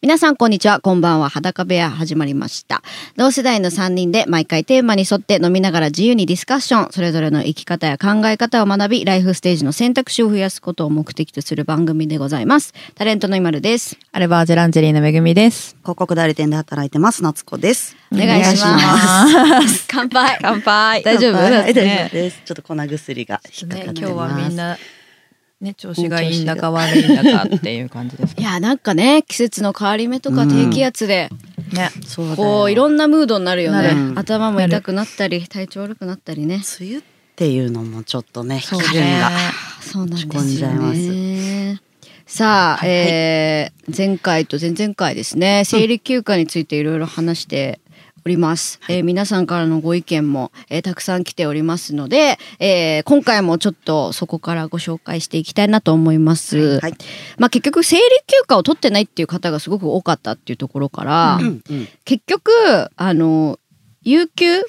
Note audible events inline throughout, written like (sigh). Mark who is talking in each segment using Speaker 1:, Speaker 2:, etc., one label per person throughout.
Speaker 1: 皆さんこんにちは、こんばんは、裸部屋始まりました。同世代の3人で毎回テーマに沿って飲みながら自由にディスカッション、それぞれの生き方や考え方を学び、ライフステージの選択肢を増やすことを目的とする番組でございます。タレントの今るです。
Speaker 2: アルバージェランジェリーのめぐみです。
Speaker 3: 広告代理店で働いてます夏子です。
Speaker 1: お願いし
Speaker 2: お
Speaker 1: ま
Speaker 2: 願いします。
Speaker 1: す。乾杯。
Speaker 2: 乾 (laughs) 杯。
Speaker 1: 大丈夫
Speaker 3: はい大
Speaker 2: ね
Speaker 3: 丈夫です。ちょっと粉薬が引っか
Speaker 2: ね、
Speaker 3: かっ
Speaker 2: 今
Speaker 3: て
Speaker 2: 日
Speaker 3: ます。
Speaker 2: はみんなね調子がいいんだか悪いんだかっていう感じです
Speaker 1: い
Speaker 2: ね。
Speaker 1: や、なんかね、季節の変わり目とか
Speaker 3: うん
Speaker 1: 低気圧で、
Speaker 2: (laughs) ね、
Speaker 3: そうだよ
Speaker 1: こう、いろんなムードになるよね。
Speaker 3: なる
Speaker 1: 頭も痛くなったり、体調悪くなったりね。
Speaker 3: 梅雨っていうのもちょっとね
Speaker 2: そう
Speaker 3: 光
Speaker 2: ね
Speaker 3: るんが
Speaker 1: そうなん
Speaker 3: 落ち込ん
Speaker 1: です
Speaker 3: じ
Speaker 1: よ
Speaker 3: ゃいます
Speaker 1: ね。さあ、えー前回と前々回ですね生理休暇についていろいろ話しております、えー皆さんからのご意見も、えーたくさん来ておりますので、えー今回もちょっとそこからご紹介していきたいなと思います、
Speaker 3: はい。
Speaker 1: まあ、結局生理休暇を取ってないっていう方がすごく多かったっていうところから、
Speaker 2: う
Speaker 3: うんうん
Speaker 1: 結局あの有給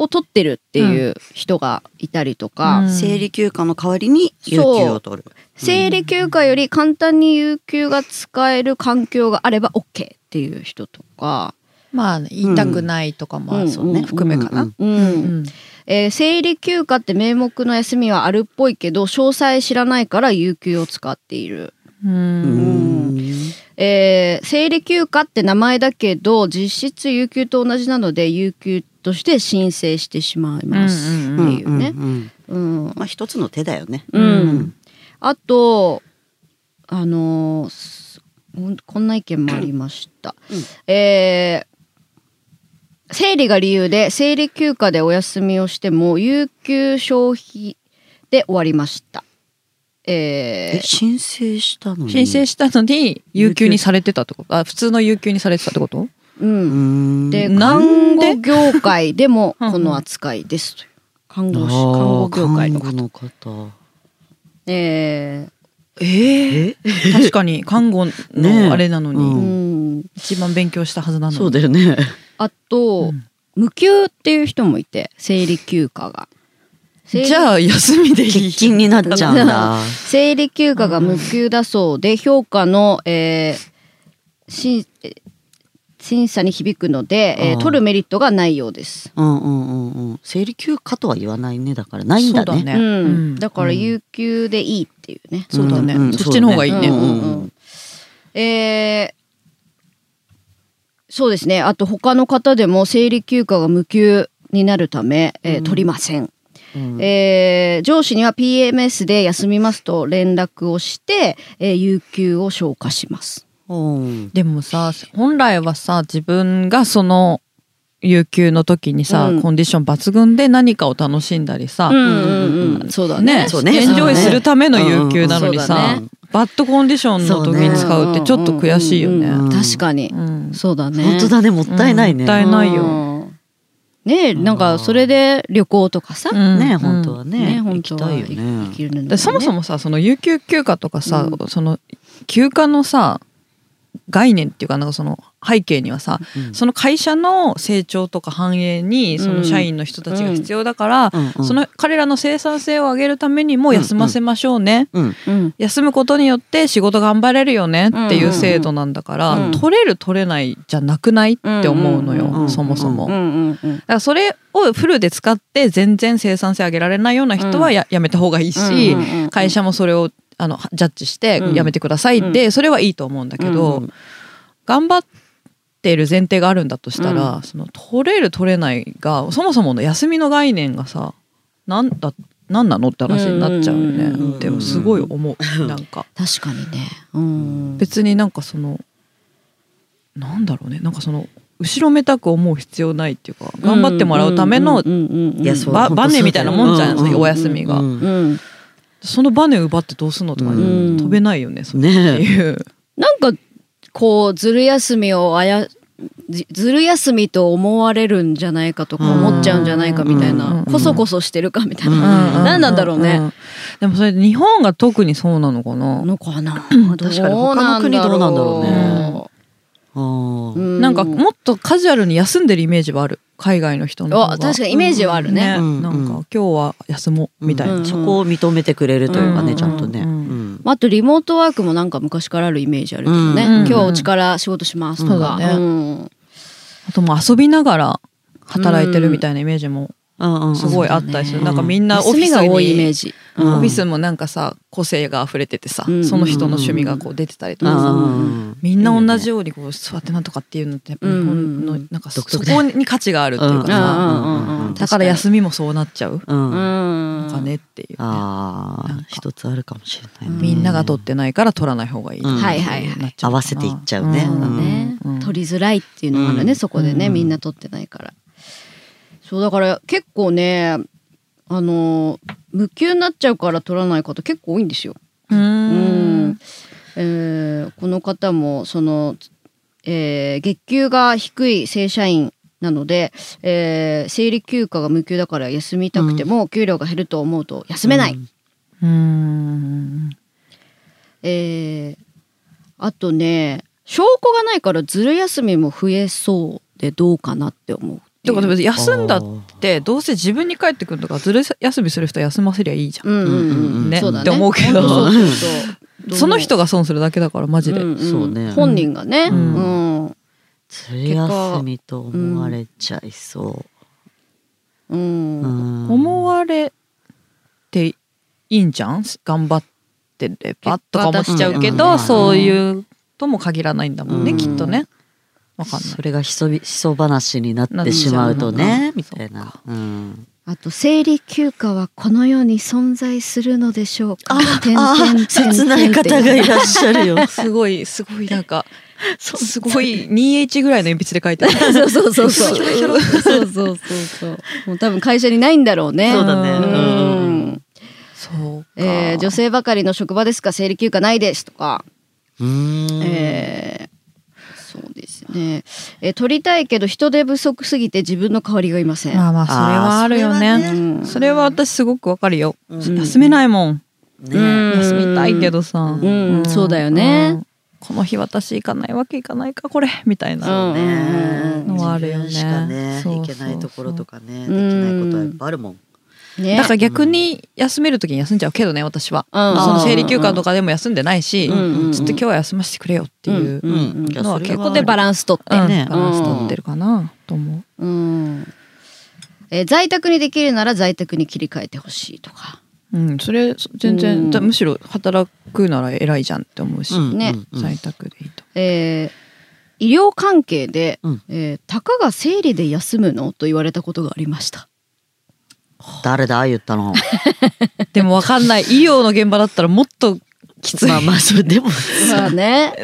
Speaker 1: を取ってるっていう人がいたりとか、
Speaker 2: うん
Speaker 3: 生理休暇の代わりに有給を取る。
Speaker 1: 生理休暇より簡単に有給が使える環境があれば OK っていう人とか、
Speaker 2: まあ言いたくないとかもそうね、
Speaker 1: うん
Speaker 2: 含めかな。
Speaker 1: うん
Speaker 2: うん
Speaker 1: えー生理休暇って名目の休みはあるっぽいけど詳細知らないから有給を使っている、
Speaker 2: うん
Speaker 3: うん
Speaker 1: んえー生理休暇って名前だけど実質有給と同じなので有給として申請してしまいます
Speaker 2: うん
Speaker 1: って
Speaker 2: うん
Speaker 1: いう
Speaker 2: うん
Speaker 1: ね。
Speaker 3: んん
Speaker 1: うん
Speaker 3: まあ一つの手だよね。
Speaker 1: う
Speaker 2: うん
Speaker 1: んあとあのーすほんこんな意見もありました、
Speaker 3: うん
Speaker 1: えー生理が理由で生理休暇でお休みをしても有給消費で終わりましたえ
Speaker 3: え申請したのに。
Speaker 2: 申請したのに有給にされてたってことあ普通の有給にされてたって (laughs) こと
Speaker 1: ーう
Speaker 3: うんん。
Speaker 1: で
Speaker 2: な
Speaker 1: 看
Speaker 2: んで
Speaker 1: 護業界でも
Speaker 2: うんうん
Speaker 1: この扱いですという看護師看護
Speaker 3: あー
Speaker 1: 業界の
Speaker 3: 看護の方。
Speaker 1: え
Speaker 2: ええ
Speaker 3: え
Speaker 2: 確かに看護のあれなのに、
Speaker 3: ねえ
Speaker 1: ー
Speaker 3: う
Speaker 1: うん
Speaker 2: 一番勉強したはずなのに
Speaker 3: そうだよね。
Speaker 1: あと、
Speaker 2: うん
Speaker 1: 無給っていう人もいて生理休暇が生理
Speaker 2: じゃあ休みでいい
Speaker 3: (laughs) 欠勤になっちゃうんだ。
Speaker 1: (laughs) 生理休暇が無給だそうで評価の、えーしえー審査に響くので、えー
Speaker 3: あー
Speaker 1: 取るメリットがないようです。
Speaker 3: (laughs) うんうんうんうん。生理休暇とは言わないねだからないんだ
Speaker 2: そうだ
Speaker 3: ね。
Speaker 2: ね
Speaker 1: うん
Speaker 2: うん
Speaker 1: だから有給でいいっていうね。
Speaker 2: そうだね、
Speaker 3: うんうん
Speaker 2: そっちの方がいいね、
Speaker 1: う
Speaker 3: うんん
Speaker 1: うう
Speaker 3: うんんうん
Speaker 1: んえーそうですねあと他の方でも生理休暇が無給になるため、えー
Speaker 3: うん
Speaker 1: 取りません
Speaker 3: うん
Speaker 1: えー上司には PMS で休みますと連絡をして、えー有給を消化します。
Speaker 3: うん
Speaker 2: でもさ本来はさ自分がその有給の時にさ、
Speaker 1: うん
Speaker 2: コンディション抜群で何かを楽しんだりさ、
Speaker 3: うん
Speaker 1: そうだ
Speaker 2: ね
Speaker 3: そうね
Speaker 2: エンジョイするための有給なのに
Speaker 1: そうだ
Speaker 2: さ、
Speaker 1: ね
Speaker 2: バッドコンディションの時に使うってちょっと悔しいよね。
Speaker 1: うんうんうんうん
Speaker 3: うん
Speaker 1: 確かに、
Speaker 2: うん
Speaker 1: そうだね。
Speaker 3: 本当だねもったいないね。
Speaker 2: もったいないよ
Speaker 1: うん。ねえなんかそれで旅行とかさ、
Speaker 2: うん
Speaker 3: ね本当は
Speaker 1: ね
Speaker 3: ね
Speaker 1: 本当
Speaker 3: 行き
Speaker 1: は
Speaker 3: たい
Speaker 1: い
Speaker 3: よ
Speaker 1: 生きる
Speaker 3: ね。
Speaker 1: のにね
Speaker 2: でそもそもさその有給休暇とかさ、
Speaker 1: う
Speaker 2: その休暇のさ概念っていうかなんかその背景にはさその会社の成長とか繁栄にその社員の人たちが必要だから、
Speaker 3: の
Speaker 2: その彼らの生産性を上げるためにも休ませましょうね、
Speaker 3: うん
Speaker 1: うん
Speaker 2: 休むことによって仕事頑張れるよねっていう制度なんだから、
Speaker 1: うんうんうん
Speaker 2: 取れる取れないじゃなくないって思うのよ、
Speaker 1: うんうん
Speaker 3: うん
Speaker 2: そもそも。
Speaker 1: うんうんうん
Speaker 2: だからそれをフルで使って全然生産性上げられないような人はや,、やめた方がいいし、
Speaker 1: うんうんうん
Speaker 2: 会社もそれをあのジャッジして
Speaker 1: うん
Speaker 2: やめてくださいって、それはいいと思うんだけど、頑張ってる前提があるんだとしたら、その取れる取れないがそもそもの休みの概念がさなんだなんなのって話になっちゃうよね、
Speaker 1: うんうん
Speaker 3: うんうん
Speaker 2: でもすごい思うなんか
Speaker 1: 確かにね。うん。
Speaker 2: 別になんかそのなんだろうねなんかその後ろめたく思う必要ないっていうか頑張ってもらうため
Speaker 1: う
Speaker 2: の
Speaker 1: んうんうん
Speaker 3: いやそう
Speaker 2: ば
Speaker 3: 本当
Speaker 2: バネみたいなもんじゃ
Speaker 3: そう
Speaker 2: な
Speaker 3: だ
Speaker 2: い
Speaker 3: よ
Speaker 2: お休みが、
Speaker 3: うん
Speaker 1: うん
Speaker 2: そのバネ奪ってどうすんのとか、
Speaker 1: うん
Speaker 2: 飛べないよねそれって
Speaker 3: ね
Speaker 2: いう、
Speaker 1: なんかこうずる休みをあやずずる休みと思われるんじゃないかとか思っちゃうんじゃないかみたい
Speaker 2: うん
Speaker 1: な
Speaker 2: うん
Speaker 1: こそこそしてるかみたい
Speaker 3: うん
Speaker 1: な何なんだろうね
Speaker 2: でもそれ日本が特にそうなのかな
Speaker 1: のかな
Speaker 3: 確かに他の国どうなんだろう
Speaker 2: ね
Speaker 3: あー
Speaker 2: なんかもっとカジュアルに休んでるイメージはある海外の人の方
Speaker 1: あ
Speaker 2: が
Speaker 1: 確かにイメージはあるね
Speaker 3: うん
Speaker 2: なんか今日は休もうみたいな、
Speaker 1: うん
Speaker 3: そこを認めてくれるというか
Speaker 2: う
Speaker 3: ね
Speaker 2: ん
Speaker 3: ちゃんとね
Speaker 2: うん
Speaker 3: うん
Speaker 1: まあ、あとリモートワークもなんか昔からあるイメージあるけどね、
Speaker 3: うん
Speaker 1: 今日はお家から仕事しますとか、
Speaker 2: そうだね
Speaker 1: ん
Speaker 2: あともう遊びながら働いてるみたいなイメージも
Speaker 3: うんうん
Speaker 2: すごいあったりする、
Speaker 3: うん
Speaker 2: なんかみんなオフ
Speaker 1: 休
Speaker 2: ィ
Speaker 1: み
Speaker 2: ス
Speaker 1: が多いイメー
Speaker 2: に
Speaker 1: ジ、
Speaker 3: う
Speaker 2: オ
Speaker 3: ん
Speaker 2: フィスもなんかさ個性が溢れててさ、
Speaker 1: うん
Speaker 2: その人の趣味がこう出てたりとかさ、
Speaker 3: うん
Speaker 2: みんな同じようにこう座ってなんとかっていうのってやっぱ日本のなんかそ
Speaker 3: 独特だ
Speaker 2: こに価値があるっていうか
Speaker 1: うんう
Speaker 2: さ、
Speaker 1: んうんうん
Speaker 2: だから休みもそうなっちゃう
Speaker 3: うんうん
Speaker 1: うん
Speaker 2: かねっていうね、なん
Speaker 3: ああ
Speaker 2: か
Speaker 3: 一つあるかもしれないね、
Speaker 2: みんなが取ってないから取らない方がいいってう
Speaker 3: うん
Speaker 1: はいはいはい
Speaker 2: なっちゃうかな
Speaker 3: 合わせていっちゃうね
Speaker 1: そうだね、
Speaker 2: うん
Speaker 1: 取りづらいっていうのがあるね、
Speaker 3: うん
Speaker 1: そこでね、
Speaker 2: うん
Speaker 1: みんな取ってないからそうだから結構ねあの無給になっちゃうから取らない方結構多いんですよ。
Speaker 2: う
Speaker 1: うんんえーこの方もその、えー月給が低い正社員なので、えー生理休暇が無給だから休みたくても、給料が減ると思うと休めない、
Speaker 2: うん
Speaker 1: えーあとね証拠がないからずる休みも増えそうでどうかなって思うってい
Speaker 2: だ
Speaker 1: う
Speaker 2: から別に休んだってどうせ自分に帰ってくるんだからずる休みする人は休ませりゃいいじゃん、
Speaker 1: うんうんうん
Speaker 2: ね
Speaker 1: そうだね
Speaker 2: って思うけど
Speaker 1: 本当そうそうそう
Speaker 2: (laughs) その人が損するだけだからマジで、
Speaker 1: んん
Speaker 3: そうね
Speaker 1: 本人がね、う
Speaker 2: うんん
Speaker 1: うん
Speaker 3: ずる休みと思われちゃいそう、うん
Speaker 2: 思われていいんじゃん頑張ってればとかもしちゃうけ
Speaker 3: 結果
Speaker 2: ど、
Speaker 3: 出し
Speaker 2: そういうとも限らないんだもんね、
Speaker 3: うん
Speaker 2: きっとねわかんない
Speaker 3: それがひそびひそ話になってしまうと
Speaker 2: な
Speaker 3: ねみ
Speaker 2: っちゃう
Speaker 3: たいな、うん、
Speaker 1: あと生理休暇はこの世に存在するのでしょうかてんてんてんてん
Speaker 3: 切ない方がいらっしゃるよ
Speaker 2: すごいすごいなん (laughs) かすごい 2H ぐらいの鉛筆で書いてある
Speaker 1: そうそうそうそう
Speaker 2: ひょろひょろ
Speaker 1: そうそうそうそうもう多分会社にないんだろうね
Speaker 3: そうだね
Speaker 1: う
Speaker 3: うん
Speaker 1: ん、
Speaker 2: そうか、
Speaker 1: えー女性ばかりの職場ですか生理休暇ないですとか
Speaker 3: (laughs) うーん
Speaker 1: えーそうですね、えー取りたいけど人手不足すぎて自分の代わりがいません、
Speaker 2: まあまあそれはあるよね
Speaker 3: あーそれ
Speaker 2: そ
Speaker 1: う
Speaker 2: れは
Speaker 3: は
Speaker 1: ん
Speaker 2: 私すごくわかるよ、
Speaker 3: うん
Speaker 2: 休めないもん
Speaker 1: うん
Speaker 3: ね
Speaker 2: 休みたいけどさ、
Speaker 3: うん
Speaker 1: そうだよね
Speaker 2: んこの日私行かないわけいかないかこれみたいな、
Speaker 1: うんうん
Speaker 2: のはあるよね
Speaker 3: 自分しかね
Speaker 2: そうそう
Speaker 3: い
Speaker 2: そう
Speaker 3: けないところとかね
Speaker 1: う
Speaker 3: でき
Speaker 1: ん
Speaker 3: ないことはいっぱいあるもん
Speaker 1: ね
Speaker 2: だから逆に休める時に休んじゃうけどね私は、
Speaker 1: うん
Speaker 2: その生理休暇とかでも休んでないし、
Speaker 1: うんうんうん
Speaker 2: ちょっと今日は休ませてくれよっていう、
Speaker 1: うんうん
Speaker 3: いや
Speaker 2: のは
Speaker 3: それ
Speaker 2: 結
Speaker 1: こ
Speaker 2: 構
Speaker 1: こでバランス取って
Speaker 2: うん
Speaker 1: ね、
Speaker 3: ね
Speaker 2: バランス取ってるかなと思
Speaker 1: うんえー在宅にできるなら在宅に切り替えてほしいとか
Speaker 2: う、うん、それ全然、
Speaker 1: うん
Speaker 2: じゃあむしろ働くなら偉いじゃんって思うし、
Speaker 3: うん
Speaker 1: ね
Speaker 3: うん
Speaker 2: 在宅でいいと
Speaker 1: えー医療関係で、
Speaker 3: うん
Speaker 1: えーたかが生理で休むのと言われたことがありました。
Speaker 3: 誰だ言っ
Speaker 2: (laughs)
Speaker 3: たの
Speaker 2: でもわかんない医療の現場だったらもっときつい
Speaker 3: まあまあそれでも
Speaker 1: まあね。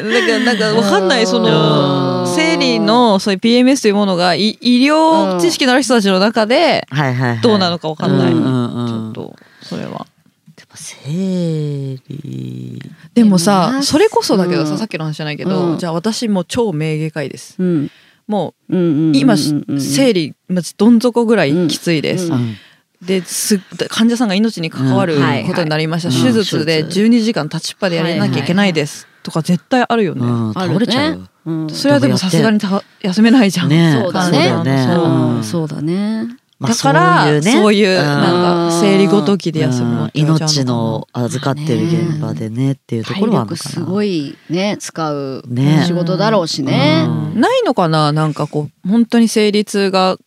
Speaker 2: なんか、なんか、わかんな
Speaker 1: う
Speaker 2: い、
Speaker 1: ん
Speaker 2: その、生理の、そういう PMS というものが、い医療知識のある人たちの中で、
Speaker 3: はいはい、はい、
Speaker 2: どうなのかわかんない。
Speaker 1: うん
Speaker 3: うん
Speaker 2: ち
Speaker 3: う
Speaker 2: ょ
Speaker 3: ん
Speaker 2: っと、それは。
Speaker 3: でも生理
Speaker 2: でも
Speaker 1: でも
Speaker 2: さ、
Speaker 1: な
Speaker 2: それこそだけど
Speaker 1: うん
Speaker 2: さ、さっきの話じゃないけ
Speaker 1: う
Speaker 2: ど、
Speaker 1: ん
Speaker 2: じゃあ私もう超名外科医です。
Speaker 1: うん
Speaker 2: も
Speaker 1: うんうんうんうん
Speaker 2: う、今、生理、まずどん底ぐらいきついです
Speaker 1: う。
Speaker 3: ん
Speaker 2: です患者さんが命に関わる
Speaker 1: うんはいはい
Speaker 2: ことになりました、
Speaker 3: うん
Speaker 2: 手術で
Speaker 3: 手
Speaker 2: 12時間立ちっぱでやらなきゃいけないですとか絶対あるよね、
Speaker 3: うん
Speaker 1: あるね
Speaker 3: 倒れちゃうよ
Speaker 1: うん
Speaker 2: それはでもさすがにた休めないじゃん、
Speaker 3: ね
Speaker 1: そうだね
Speaker 2: 患者さんの
Speaker 3: そうだよね
Speaker 2: そう
Speaker 1: うん
Speaker 3: うん
Speaker 1: そうだね。
Speaker 3: まあ
Speaker 2: だからそういうなん
Speaker 1: うん
Speaker 2: か生理ごときで休むの
Speaker 3: う
Speaker 2: っ
Speaker 3: ん
Speaker 2: て言われちゃう
Speaker 3: 命の
Speaker 2: の
Speaker 3: 預かってる現場でねっていうとこ
Speaker 1: 体
Speaker 3: ろはあるの
Speaker 1: 力
Speaker 3: かな
Speaker 1: すごいね使う
Speaker 3: ね
Speaker 1: 仕事だろうし
Speaker 2: か
Speaker 1: ね
Speaker 2: な、
Speaker 3: うん
Speaker 2: うんないのかななんかこう本当に生理痛が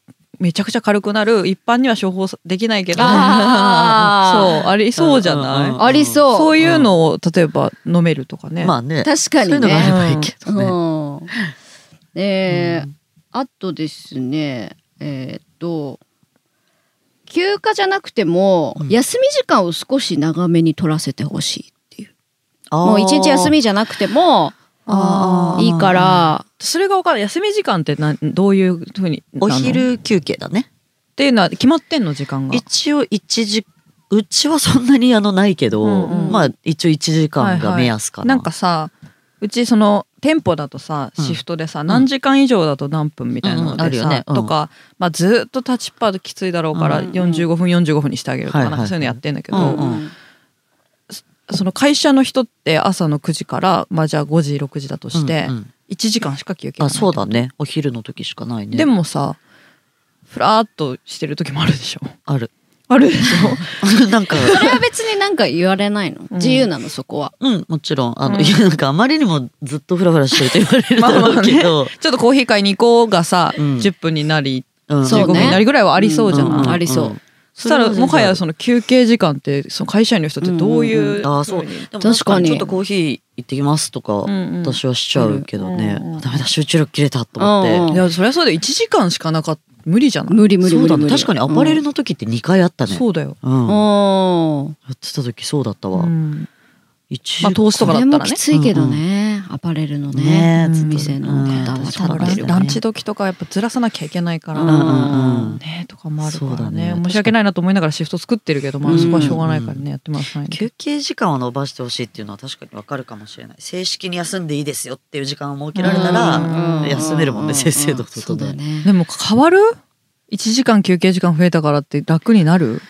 Speaker 2: めちゃくちゃ軽くなる一般には処方できないけどそう
Speaker 1: あ
Speaker 2: あり (laughs) そうじゃない、
Speaker 3: うんうん
Speaker 1: ありそう
Speaker 2: そういうのを例えば飲めるとかね、
Speaker 3: まあね
Speaker 1: 確かにね
Speaker 3: そういうのがあればいいけどね、
Speaker 1: うんえー
Speaker 3: うん
Speaker 1: あとですねえーっと休暇じゃなくても、
Speaker 3: うん
Speaker 1: 休み時間を少し長めに取らせてほしいっていう
Speaker 3: あー
Speaker 1: もう一日休みじゃなくても
Speaker 3: あー
Speaker 1: いいから
Speaker 2: それが分からない休み時間ってなどういうふうになの
Speaker 3: お昼休憩だね
Speaker 2: っていうのは決まってんの時間が
Speaker 3: 一応一時うちはそんなにあのないけど、
Speaker 2: うんうん
Speaker 3: まあ一応一時間が目安かな、
Speaker 2: なんかさうちその店舗だとさ
Speaker 3: うん
Speaker 2: シフトでさ、何時間以上だと何分みたいなの
Speaker 3: うんうんある
Speaker 2: でさ、
Speaker 3: よねうん
Speaker 2: とか、まあ、ずっと立ちっぱできついだろうから、
Speaker 3: うん
Speaker 1: うん
Speaker 2: 45分45分にしてあげるとか,、
Speaker 3: はいはい
Speaker 2: なんかそういうのやってんだけど、
Speaker 3: うんうん
Speaker 2: その会社の人って朝の9時から、まあ、じゃあ5時6時だとして、
Speaker 3: うんうん
Speaker 2: 1時間しか休憩が
Speaker 3: あ
Speaker 2: ない
Speaker 3: そうだねお昼の時しかないね
Speaker 2: でもさふらーっとしてる時もあるでしょ
Speaker 3: (laughs) ある
Speaker 2: あるでしょ (laughs)
Speaker 3: なんか、 (laughs)
Speaker 1: それは別になんか言われないの、
Speaker 2: ん
Speaker 1: 自由なのそこは
Speaker 3: うん、もちろん、あの、
Speaker 2: うん
Speaker 3: いや、なんかあまりにもずっとフラフラしてると言われるだろうけど、
Speaker 2: ちょっとコーヒー買いに行こうがさ、
Speaker 3: うん
Speaker 2: 10分になり
Speaker 3: うん
Speaker 1: そうね
Speaker 2: 15分になりぐらいはありそうじゃない、
Speaker 1: んありそうん
Speaker 2: そしたらもはやその休憩時間ってその会社員の人ってどういう,、
Speaker 1: うんうん
Speaker 3: あーそう
Speaker 2: に
Speaker 3: でも
Speaker 1: 確かに
Speaker 3: ちょっとコーヒー行ってきますとか、
Speaker 2: んうん
Speaker 3: 私はしちゃうけどね、
Speaker 2: うんうん
Speaker 3: ダメだ集中力切れたと思って、
Speaker 1: うんうん
Speaker 2: いやそりゃそうだよ1時間しかなかった無理じゃない
Speaker 1: 無理無理
Speaker 3: そう
Speaker 1: 無理
Speaker 3: だ
Speaker 1: 無
Speaker 3: ね
Speaker 1: 理
Speaker 3: 確かにアパレルの時って2回あったね、
Speaker 2: そうだよ、
Speaker 3: うん
Speaker 1: うん
Speaker 3: や
Speaker 1: おー
Speaker 3: ってた時そうだった
Speaker 2: う
Speaker 3: わ、
Speaker 2: ん
Speaker 3: 一
Speaker 2: まあ投資と
Speaker 1: こ
Speaker 2: かだ
Speaker 1: れ
Speaker 2: った
Speaker 1: も
Speaker 2: ら
Speaker 1: き
Speaker 2: ね
Speaker 1: ついけどね、アパレルの
Speaker 3: ね
Speaker 1: ね
Speaker 3: え
Speaker 1: う
Speaker 3: ちょっ
Speaker 1: ん
Speaker 3: と
Speaker 1: 店の方は立
Speaker 2: そう
Speaker 1: っ
Speaker 2: ラ
Speaker 1: て
Speaker 2: ン
Speaker 1: るよね
Speaker 2: ランチ時とかやっぱずらさなきゃいけないから、
Speaker 1: うん
Speaker 3: うんうん
Speaker 2: ねとかもあるから
Speaker 3: そうだ
Speaker 2: ね
Speaker 3: ね
Speaker 2: 申し訳ないなと思いながらシフト作ってるけど、ま
Speaker 1: う
Speaker 2: あ、
Speaker 1: ん
Speaker 2: そこはしょうがないからね、やってますない
Speaker 3: 休憩時間を伸ばしてほしいっていうのは確かにわかるかもしれない正式に休んでいいですよっていう時間を設けられたら
Speaker 1: うん
Speaker 3: 休めるもんね
Speaker 1: う
Speaker 3: 先生のことで
Speaker 1: そうだね
Speaker 2: でも変わる ?1 時間休憩時間増えたからって楽になる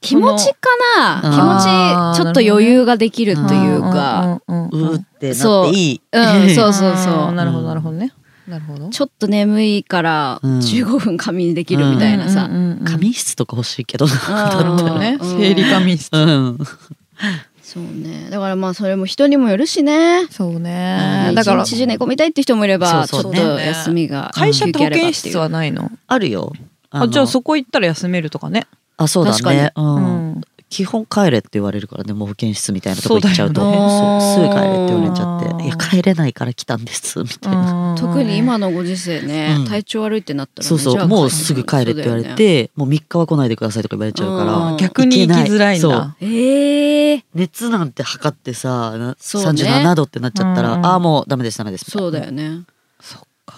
Speaker 1: 気持ちか
Speaker 3: うん
Speaker 1: な気持ちちょっと余裕ができるというか、
Speaker 2: うんうん
Speaker 3: う
Speaker 2: うん
Speaker 3: ー
Speaker 2: う
Speaker 3: っ
Speaker 2: ん
Speaker 3: てなっていい
Speaker 1: うん、
Speaker 3: (laughs)
Speaker 1: そうそう
Speaker 2: あ
Speaker 1: そ
Speaker 2: ー
Speaker 1: う
Speaker 2: なるほどなるほどねなるほど
Speaker 1: ちょっと眠いから
Speaker 3: うん
Speaker 1: 15分仮眠できるみたいなさ、
Speaker 2: うんうんうんうん
Speaker 3: 仮眠室とか欲しいけどな
Speaker 1: うん
Speaker 3: だったらね
Speaker 2: ね
Speaker 1: うん
Speaker 2: 生理仮眠室
Speaker 3: うん
Speaker 1: そうねだからまあそれも人にもよるしね
Speaker 2: そう
Speaker 3: う
Speaker 2: ね
Speaker 3: ん
Speaker 2: だから
Speaker 1: 一日中寝込みたいって人もいれば
Speaker 3: そうそう
Speaker 1: ちょっと
Speaker 2: ね
Speaker 1: 休みが
Speaker 2: 会社っ
Speaker 1: 休
Speaker 2: て
Speaker 1: 憩
Speaker 2: 保
Speaker 1: あればってい
Speaker 2: 健
Speaker 1: う
Speaker 2: 室はないの
Speaker 3: あるよ
Speaker 2: あじゃあ
Speaker 3: そ
Speaker 2: そこ行ったら休めるとかね
Speaker 3: あそうだね
Speaker 1: 確
Speaker 3: うん
Speaker 2: うん
Speaker 3: 基本帰れって言われるからねもう保健室みたいなとこ行っちゃうと
Speaker 2: そう
Speaker 1: だよね
Speaker 3: そうすぐ帰れって言われちゃ
Speaker 2: あ
Speaker 3: っ
Speaker 2: ー
Speaker 3: ていや帰れないから来たんですみたいな
Speaker 1: 特に今のご時世ね、
Speaker 3: うん
Speaker 1: 体調悪いってなったらね、
Speaker 3: そう
Speaker 1: じ
Speaker 3: そ
Speaker 1: ゃ
Speaker 3: う
Speaker 1: あ
Speaker 3: もうすぐ帰れって言われ、てもう3日は来ないでくださいとか言われちゃうか
Speaker 1: うん
Speaker 3: ら
Speaker 2: 逆に行きづらいん
Speaker 3: 行けない
Speaker 2: だ
Speaker 3: そ
Speaker 1: ええ
Speaker 3: 熱なんて測ってさ、な
Speaker 1: そうね
Speaker 3: 37度ってなっちゃったら、
Speaker 2: うん
Speaker 3: ああもうダメですダメですみたいな
Speaker 1: そうだよね、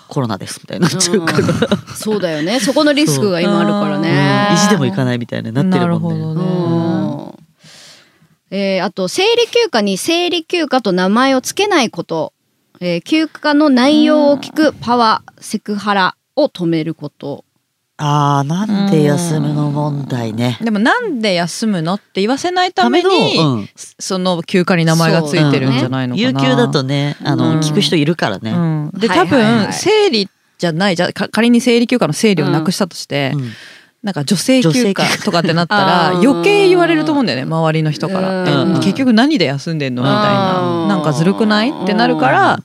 Speaker 3: コロナですみたいになっ (laughs) ちゃうから、
Speaker 1: うんそうだよねそこのリスクが今あるからね
Speaker 3: うん意地でも行かないみたいになってるもんね
Speaker 2: なるほどね
Speaker 1: うんえーあと生理休暇に生理休暇と名前を付けないこと、えー休暇の内容を聞くパワーセクハラを止めること
Speaker 3: ああなんで休むの問題ね
Speaker 2: でもなんで休むのって言わせないため
Speaker 3: の
Speaker 2: に、
Speaker 3: うん
Speaker 2: その休暇に名前がついてるんじゃないのかな、
Speaker 3: 有給だとねあの、
Speaker 2: うん
Speaker 3: 聞く人いるからね、
Speaker 2: うんで
Speaker 1: はい
Speaker 2: 多
Speaker 1: はい
Speaker 2: 分、
Speaker 1: はい
Speaker 2: 生理じゃないじゃか仮に生理休暇の生理をなくしたとして、
Speaker 3: うん
Speaker 2: なんか女性休
Speaker 3: 女性
Speaker 2: 暇
Speaker 3: 休暇
Speaker 2: とかってなったら
Speaker 3: (laughs)
Speaker 1: あー
Speaker 2: 余計言われると思うんだよね周りの人から、え
Speaker 3: うん
Speaker 2: 結局何で休んでんのみたい
Speaker 1: あー
Speaker 2: ななんかずるくないってなるから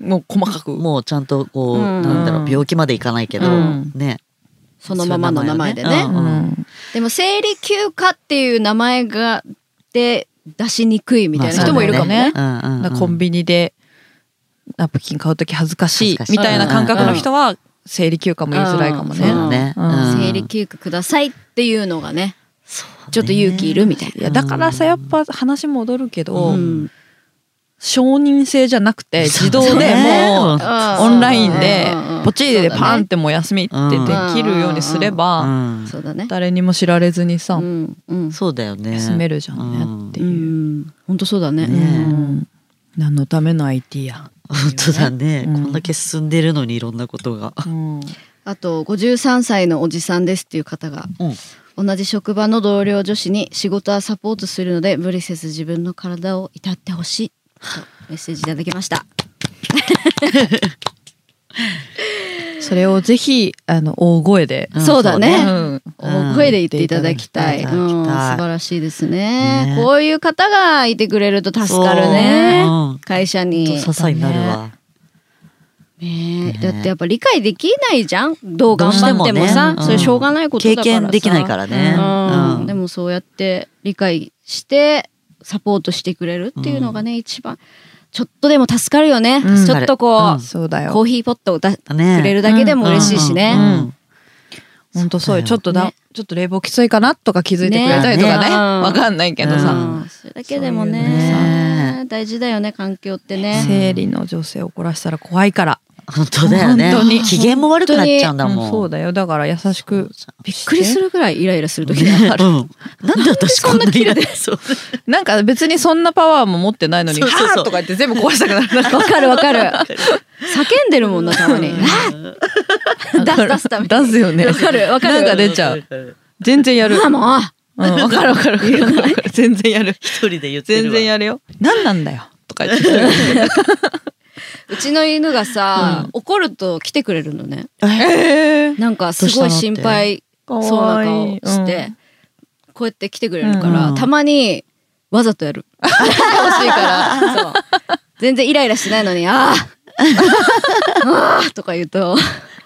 Speaker 2: もう細かく
Speaker 3: もうちゃんとこう、
Speaker 1: うん
Speaker 3: なんだろう病気までいかないけど、
Speaker 2: うん
Speaker 3: ね
Speaker 1: そのままの名前でね
Speaker 3: そういう名前
Speaker 2: う
Speaker 3: をうん
Speaker 2: ん
Speaker 1: でも生理休暇っていう名前がで出しにくいみたいな人もいるかもね,、
Speaker 3: まあそうだよねうんうんうん
Speaker 2: だからコンビニでナプキン買う時恥ずかしい
Speaker 3: 恥ずかし
Speaker 2: みた
Speaker 3: い
Speaker 2: いな感覚の人は生理休暇も言いづらいかも
Speaker 1: そう
Speaker 2: ね。
Speaker 1: だ
Speaker 3: ね
Speaker 2: うん
Speaker 3: うん
Speaker 1: 生理休暇くださいっていうのがね
Speaker 3: そうね
Speaker 1: ちょっと勇気いるみたい
Speaker 2: いやだからさやっぱ話戻るけ
Speaker 1: な、
Speaker 2: ど、
Speaker 3: う
Speaker 2: 承認制じゃなくて自動
Speaker 3: そう
Speaker 2: で
Speaker 3: ね
Speaker 2: もう
Speaker 1: あー
Speaker 2: オンラインで
Speaker 1: うん
Speaker 2: ポチッでパンってもう休みってできるようにすれ
Speaker 3: う
Speaker 2: ば
Speaker 3: ん
Speaker 1: そうだね
Speaker 2: 誰にも知られずにさ
Speaker 1: うんうん
Speaker 3: そうだよね
Speaker 2: 休めるじゃんねって
Speaker 1: う
Speaker 2: いう。
Speaker 1: ん本当そうだね
Speaker 2: う
Speaker 3: ね
Speaker 2: ん何のための IT や。
Speaker 3: 本当だね、
Speaker 2: うん
Speaker 3: こんだけ進んでるのにいろんなことが。
Speaker 2: うん
Speaker 1: あと53歳のおじさんですっていう方が
Speaker 3: うん、
Speaker 1: 同じ職場の同僚女子に仕事はサポートするので無理せず自分の体をいたってほしいとメッセージいただきました
Speaker 2: それをぜひあの大声で。
Speaker 3: うん
Speaker 1: そうだね
Speaker 2: うん
Speaker 3: うん
Speaker 1: 大声で言っていただきたい,、
Speaker 3: 言
Speaker 1: う
Speaker 3: っ
Speaker 1: ん、
Speaker 3: ていただきたい
Speaker 1: 素晴らしいですね
Speaker 3: ね
Speaker 1: こういう方がいてくれると助かるね、
Speaker 3: そううん
Speaker 1: 会社
Speaker 3: 本
Speaker 1: に
Speaker 3: 当支えになるわ。
Speaker 1: ねえ
Speaker 3: ね
Speaker 1: だってやっぱ理解できないじゃんどう頑張ってもさ
Speaker 3: どうしてもねうん
Speaker 1: それしょうがないことだ
Speaker 3: 経
Speaker 1: からさ
Speaker 3: 験できないからね。
Speaker 1: うん
Speaker 3: うん
Speaker 1: でもそうやって理解してサポートしてくれるっていうのがね、一番ちょっとでも助かるよね、
Speaker 2: うん
Speaker 1: ちょっとこう、
Speaker 3: うん
Speaker 2: そうだよ。
Speaker 1: コーヒーポットをだく
Speaker 3: ね
Speaker 1: れるだけでも嬉しいしね、
Speaker 3: うんうん
Speaker 2: うん本当そうよ。ちょ
Speaker 3: そうだ
Speaker 2: っとだ、
Speaker 3: よ
Speaker 1: ね
Speaker 2: ちょっと冷房きついかなとか気づいてくれたりとかね。
Speaker 1: ね
Speaker 2: わかんないけどさ、
Speaker 3: うん
Speaker 1: それだけでもね
Speaker 2: そうよ
Speaker 3: ね
Speaker 1: 大事だよね環境ってね
Speaker 2: 生理の女性を怒らせたら怖いから。
Speaker 3: 本当だよね。
Speaker 2: 本当に
Speaker 3: 機嫌も悪くなっちゃうんだ
Speaker 2: う
Speaker 3: も
Speaker 2: ん
Speaker 3: ん。
Speaker 2: そうだよ。だから優しく。
Speaker 1: びっくりするぐらいイライラする時があ
Speaker 3: (laughs) ね
Speaker 1: る、
Speaker 3: うんなんで私こんなに嫌でそう
Speaker 2: なんか別にそんなパワーも持ってないのに、
Speaker 3: そうそうそう
Speaker 2: はぁとか言って全部壊したく
Speaker 1: (laughs)
Speaker 2: なる。
Speaker 1: わかるわかる叫んでるもんなたまにあー出す出すために
Speaker 2: 出すよね。
Speaker 1: わかるわかる
Speaker 2: なんか出ちゃう。全然やる。
Speaker 1: あ
Speaker 2: うん
Speaker 1: もう
Speaker 2: わかるわかるわかるわかる。全然やる。
Speaker 3: 一人で言ってる
Speaker 2: 全
Speaker 3: わ。
Speaker 2: 然やるよ。何なんだよ。とか言って。
Speaker 1: うちの犬がさ、怒ると来てくれるのね
Speaker 2: えー
Speaker 1: なんかすごい心配
Speaker 2: か
Speaker 1: そうな
Speaker 2: わ
Speaker 1: 顔
Speaker 2: いい
Speaker 1: して、こうやって来てくれるから、
Speaker 3: うん
Speaker 1: たまにわざとやる欲しい
Speaker 2: (laughs)
Speaker 1: からそう全然イライラしてないのに「あーあー」とか言うと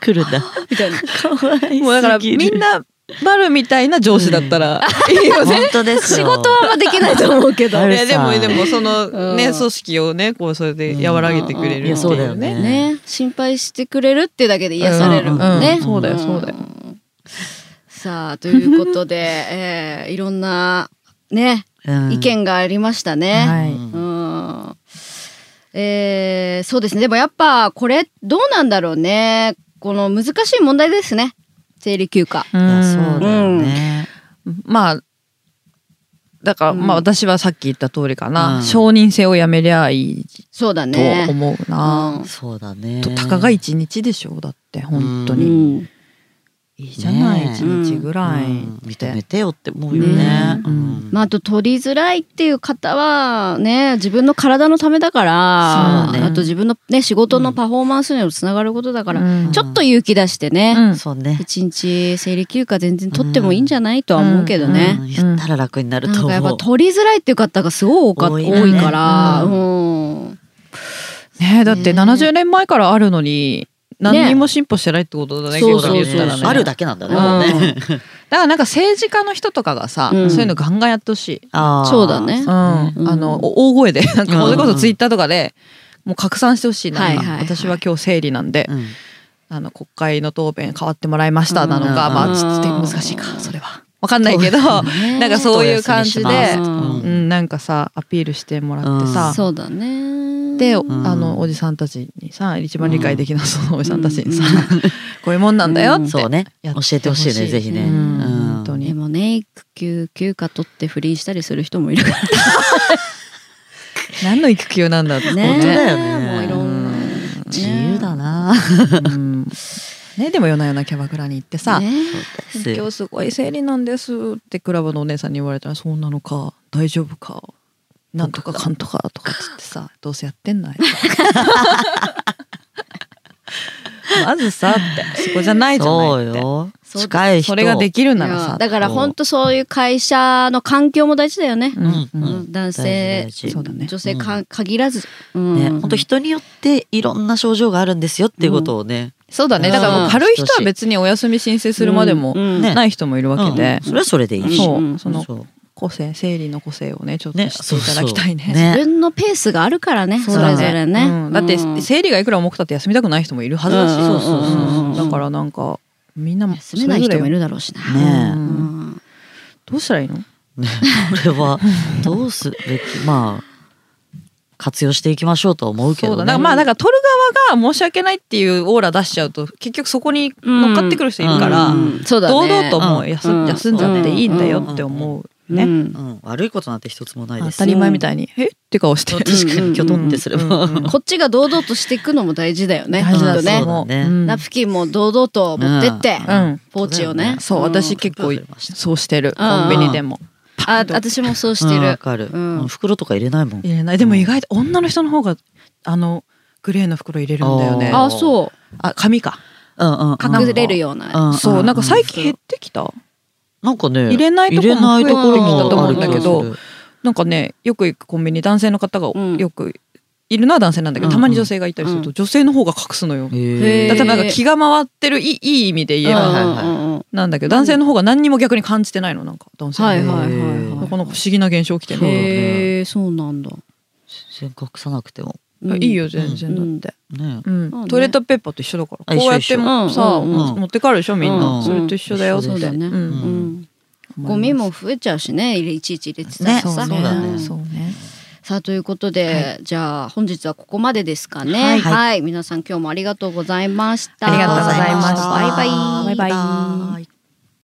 Speaker 3: 来るんだ。
Speaker 1: みたいな
Speaker 3: かわいすぎ
Speaker 2: う
Speaker 3: る
Speaker 2: んもうだからみんなバルみたいな上司だったらいいよね
Speaker 3: 本当です
Speaker 1: 仕
Speaker 3: よ。
Speaker 1: 事はあんまできないと思うけど
Speaker 3: あ
Speaker 2: い
Speaker 3: れ
Speaker 2: やでもでもそ
Speaker 1: うん
Speaker 2: のね組織をねこうそれで和らげてく
Speaker 1: うん
Speaker 2: れるっていう
Speaker 1: い
Speaker 2: ね
Speaker 1: や
Speaker 3: そうだよね
Speaker 1: ね心配してくれるってだけで癒されるもんね、
Speaker 2: うんうんそうだよそうだよ
Speaker 1: んさあということで、 (laughs) えーいろんなね
Speaker 3: うん
Speaker 1: 意見がありましたね、
Speaker 2: はい
Speaker 1: うんえーそうですねでもやっぱこれどうなんだろうねこの難しい問題ですね生理休暇。
Speaker 3: いやそうだよね。
Speaker 2: まあだから、
Speaker 1: うん
Speaker 2: まあ私はさっき言った通りかな、
Speaker 3: うん
Speaker 2: 承認制をやめりゃいい
Speaker 1: そうだ
Speaker 2: と
Speaker 1: ね。
Speaker 2: 思うな、
Speaker 3: そうだね。
Speaker 2: とたかが一日でしょだって本当
Speaker 1: う
Speaker 2: に、
Speaker 1: ん、
Speaker 2: いいじゃない
Speaker 3: ね
Speaker 2: 一日ぐらい、
Speaker 3: うん
Speaker 2: って
Speaker 3: 認めてよって思うよ
Speaker 1: ね
Speaker 3: ね。
Speaker 2: うん
Speaker 1: まあ、あと取りづらいっていう方はね自分の体のためだから
Speaker 3: そうだね
Speaker 1: あと自分の、ね、仕事のパフォーマンスにもつながることだから、
Speaker 2: うん
Speaker 1: ちょっと勇気出して
Speaker 2: う
Speaker 1: ね、
Speaker 2: ん
Speaker 3: そうね。
Speaker 1: 一日生理休暇全然取ってもいいんじゃないとは思うけどね。
Speaker 3: うん言ったら楽になる
Speaker 1: な
Speaker 3: と
Speaker 1: んかやっぱ
Speaker 3: 思う。
Speaker 1: 取りづらいっていう方がすごい多かっ
Speaker 3: 多
Speaker 1: 多
Speaker 3: い
Speaker 1: い,、
Speaker 3: ね
Speaker 1: から、
Speaker 2: う
Speaker 1: うん、
Speaker 2: ねえだって
Speaker 1: ね
Speaker 2: 70年前からあるのに何にも進歩してないってことだね
Speaker 1: ね
Speaker 2: 逆
Speaker 1: そ
Speaker 2: に
Speaker 1: うそうそう
Speaker 2: 言ったらね
Speaker 3: あるだけなんだね。
Speaker 1: うん
Speaker 3: もう (laughs) ね
Speaker 2: だからなんか政治家の人とかがさ、
Speaker 1: うん
Speaker 2: そういうのガンガンやってほしい、
Speaker 3: あー
Speaker 1: そうだね
Speaker 2: うんあ
Speaker 1: うん
Speaker 2: のお大声
Speaker 3: (laughs)
Speaker 2: でなんか
Speaker 3: うん
Speaker 2: それこそツイッターとかでもう拡散してほしいな、
Speaker 1: はい
Speaker 2: んか
Speaker 1: はいはい
Speaker 2: 私は今日生理なんで、
Speaker 3: うん
Speaker 2: あの国会の答弁変わってもらいましたなのか、
Speaker 3: うん
Speaker 2: ま
Speaker 1: う
Speaker 2: あ
Speaker 1: ん
Speaker 2: ちょっと難しいかそれはわかんないけど、
Speaker 1: ね
Speaker 2: なんかそういう感じで
Speaker 3: ちょっとお休みします
Speaker 2: う
Speaker 3: うん
Speaker 2: ん、なんかさアピールしてもらってさ、
Speaker 1: そうだね。
Speaker 2: で、
Speaker 3: ん
Speaker 2: あのおじさんたちにさ一番理解できなそうなおじさんたちにさ、
Speaker 1: うん
Speaker 2: こういうもんなんだよって、
Speaker 1: うん
Speaker 3: そうね。
Speaker 2: やっ
Speaker 3: 教えてほしいね、ぜひね。
Speaker 2: うん
Speaker 1: うん
Speaker 2: 本当
Speaker 1: で
Speaker 2: に
Speaker 1: もね育休休暇取って不倫したりする人もいるから
Speaker 2: 何の育休なんだって
Speaker 1: ね。
Speaker 3: 本当だよね
Speaker 1: もういろんな、
Speaker 3: 自由だな。
Speaker 2: うんね、でも夜な夜なキャバクラに行ってさ「
Speaker 1: ね
Speaker 2: 今日すごい生理なんです」ってクラブのお姉さんに言われたら「そうなのか大丈夫かなんとかかんとか」とかっつってさ「どうせやって
Speaker 3: (laughs)
Speaker 2: んのあいつまずさってそこじゃないじゃな
Speaker 3: そ
Speaker 2: いうって
Speaker 3: よ。
Speaker 1: そう
Speaker 3: 近い人。
Speaker 2: それができるなら
Speaker 1: いや
Speaker 2: さ
Speaker 1: だから本当そういう会社の環境も大事だよね。
Speaker 2: うんうん
Speaker 1: うん男性
Speaker 3: 大事大事
Speaker 2: そうだね
Speaker 1: 女性か、限らず、うん
Speaker 3: ね、本当人によっていろんな症状があるんですよっていうことをね。
Speaker 2: そうだねだからもう軽い人は別にお休み申請するまでも
Speaker 1: うんうん
Speaker 3: ね
Speaker 2: ない人もいるわけ
Speaker 3: うんう
Speaker 2: で
Speaker 3: ん、それはそれでいいし。
Speaker 2: そう
Speaker 1: うん
Speaker 2: その
Speaker 3: そう
Speaker 2: 個性生理の個性をねちょっと
Speaker 3: ね
Speaker 2: 知っていただきたいね
Speaker 3: そうそうね
Speaker 1: 自分のペースがあるからねそ
Speaker 3: そうだね
Speaker 1: れぞれね、
Speaker 2: うんだって
Speaker 1: うん
Speaker 2: 生理がいくら重くたって休みたくない人もいるはずだし、
Speaker 1: うんうんうん
Speaker 2: そうそうそう
Speaker 1: うん
Speaker 2: だからなんかみんなも
Speaker 1: 休めない人もい
Speaker 2: る
Speaker 1: るだろうしな。
Speaker 3: ね
Speaker 1: う
Speaker 2: うん
Speaker 1: ん
Speaker 2: どうしたらいいの
Speaker 3: ね、これはどうすべきまあ活用していきましょうとは思うけ
Speaker 2: そうだ
Speaker 3: ど、ね、
Speaker 2: なんかまあだから取る側が申し訳ないっていうオーラ出しちゃうと結局そこに乗っかってくる人いるから、
Speaker 1: うんうんそうだね
Speaker 2: 堂々ともう休,、
Speaker 1: うん
Speaker 2: 休んじゃっていいんだよって思うね、
Speaker 1: うん
Speaker 3: うん、悪いことなんて一つもないで
Speaker 2: 当
Speaker 3: す
Speaker 2: たり前みたいに「えっ?」て顔して
Speaker 3: 確かに
Speaker 1: うん
Speaker 3: 今日取ってすれば、
Speaker 1: こっちが堂々としていくのも大事だよね。
Speaker 2: 大事だ
Speaker 1: きっとね
Speaker 2: と。思う
Speaker 3: そうだね
Speaker 2: うん
Speaker 1: ナプキンも堂々と持ってって、
Speaker 2: うんうん
Speaker 1: ポーチをね。
Speaker 2: そう私結構そうしてる
Speaker 1: うんうん
Speaker 2: コンビニでも
Speaker 1: あ、私もそうして
Speaker 3: うん
Speaker 1: る
Speaker 3: わ。かる、
Speaker 1: うん
Speaker 3: うん袋とか入れないもん
Speaker 2: 入れないでも意外と女の人の方があのグレーの袋入れるんだよね
Speaker 3: あ
Speaker 1: あ、そ
Speaker 2: あ紙か
Speaker 3: うんうん
Speaker 1: う。隠れるような。
Speaker 3: ん
Speaker 2: そうなんか最近
Speaker 1: うん
Speaker 2: 減ってきた
Speaker 3: なんかね
Speaker 2: 入れないとこも
Speaker 3: 入れないところ
Speaker 1: 増えてきたと思うんだけ
Speaker 2: ど
Speaker 3: ある気がする
Speaker 2: なんかねよく行くコンビニ男性の方が
Speaker 1: うん
Speaker 2: よくいるのは男性なんだけど、
Speaker 3: うん
Speaker 2: たまに女性がいたりすると、
Speaker 1: う
Speaker 2: 女性の方が隠すのよ、
Speaker 1: へー
Speaker 2: だからなんか気が回ってるいいいい意味で言え
Speaker 1: う
Speaker 2: ば
Speaker 1: ん
Speaker 3: はいはい
Speaker 1: うんうん
Speaker 2: なんだけど男性の方が何にも逆に感じてないのなんか男性の
Speaker 1: は
Speaker 2: 方
Speaker 1: い
Speaker 2: が、
Speaker 1: はいはい
Speaker 2: な
Speaker 1: は
Speaker 2: んかなんか不思議な現象起きて
Speaker 1: い。
Speaker 3: そうだ
Speaker 2: る、
Speaker 1: へえ、そうなんだ。
Speaker 3: 全然隠さなくても
Speaker 1: うん
Speaker 2: いい。よ全然だって、
Speaker 3: ね
Speaker 2: うん
Speaker 1: まあね
Speaker 2: トイレットペーパーと一緒だから
Speaker 3: あ
Speaker 2: こうやっ
Speaker 3: 一
Speaker 2: て
Speaker 3: 緒一緒
Speaker 2: もさ、
Speaker 1: うん
Speaker 3: うんうん
Speaker 2: 持って帰るでしょみんな、
Speaker 1: うん
Speaker 2: それと一緒だよって、
Speaker 3: うん
Speaker 1: そうだね
Speaker 2: ん
Speaker 1: う
Speaker 3: うん
Speaker 1: ん。ゴミも増えちゃうしね、入れいちいち入れてたら
Speaker 3: ね
Speaker 1: さ。
Speaker 2: そう
Speaker 3: そうだね
Speaker 2: ねそうね
Speaker 1: さあということで、じゃあ本日はここまでですかね。は、
Speaker 3: はいい
Speaker 1: 皆さん今日もありがとうございました。
Speaker 2: ありがとうございました
Speaker 1: バイバイ。
Speaker 2: バイバイ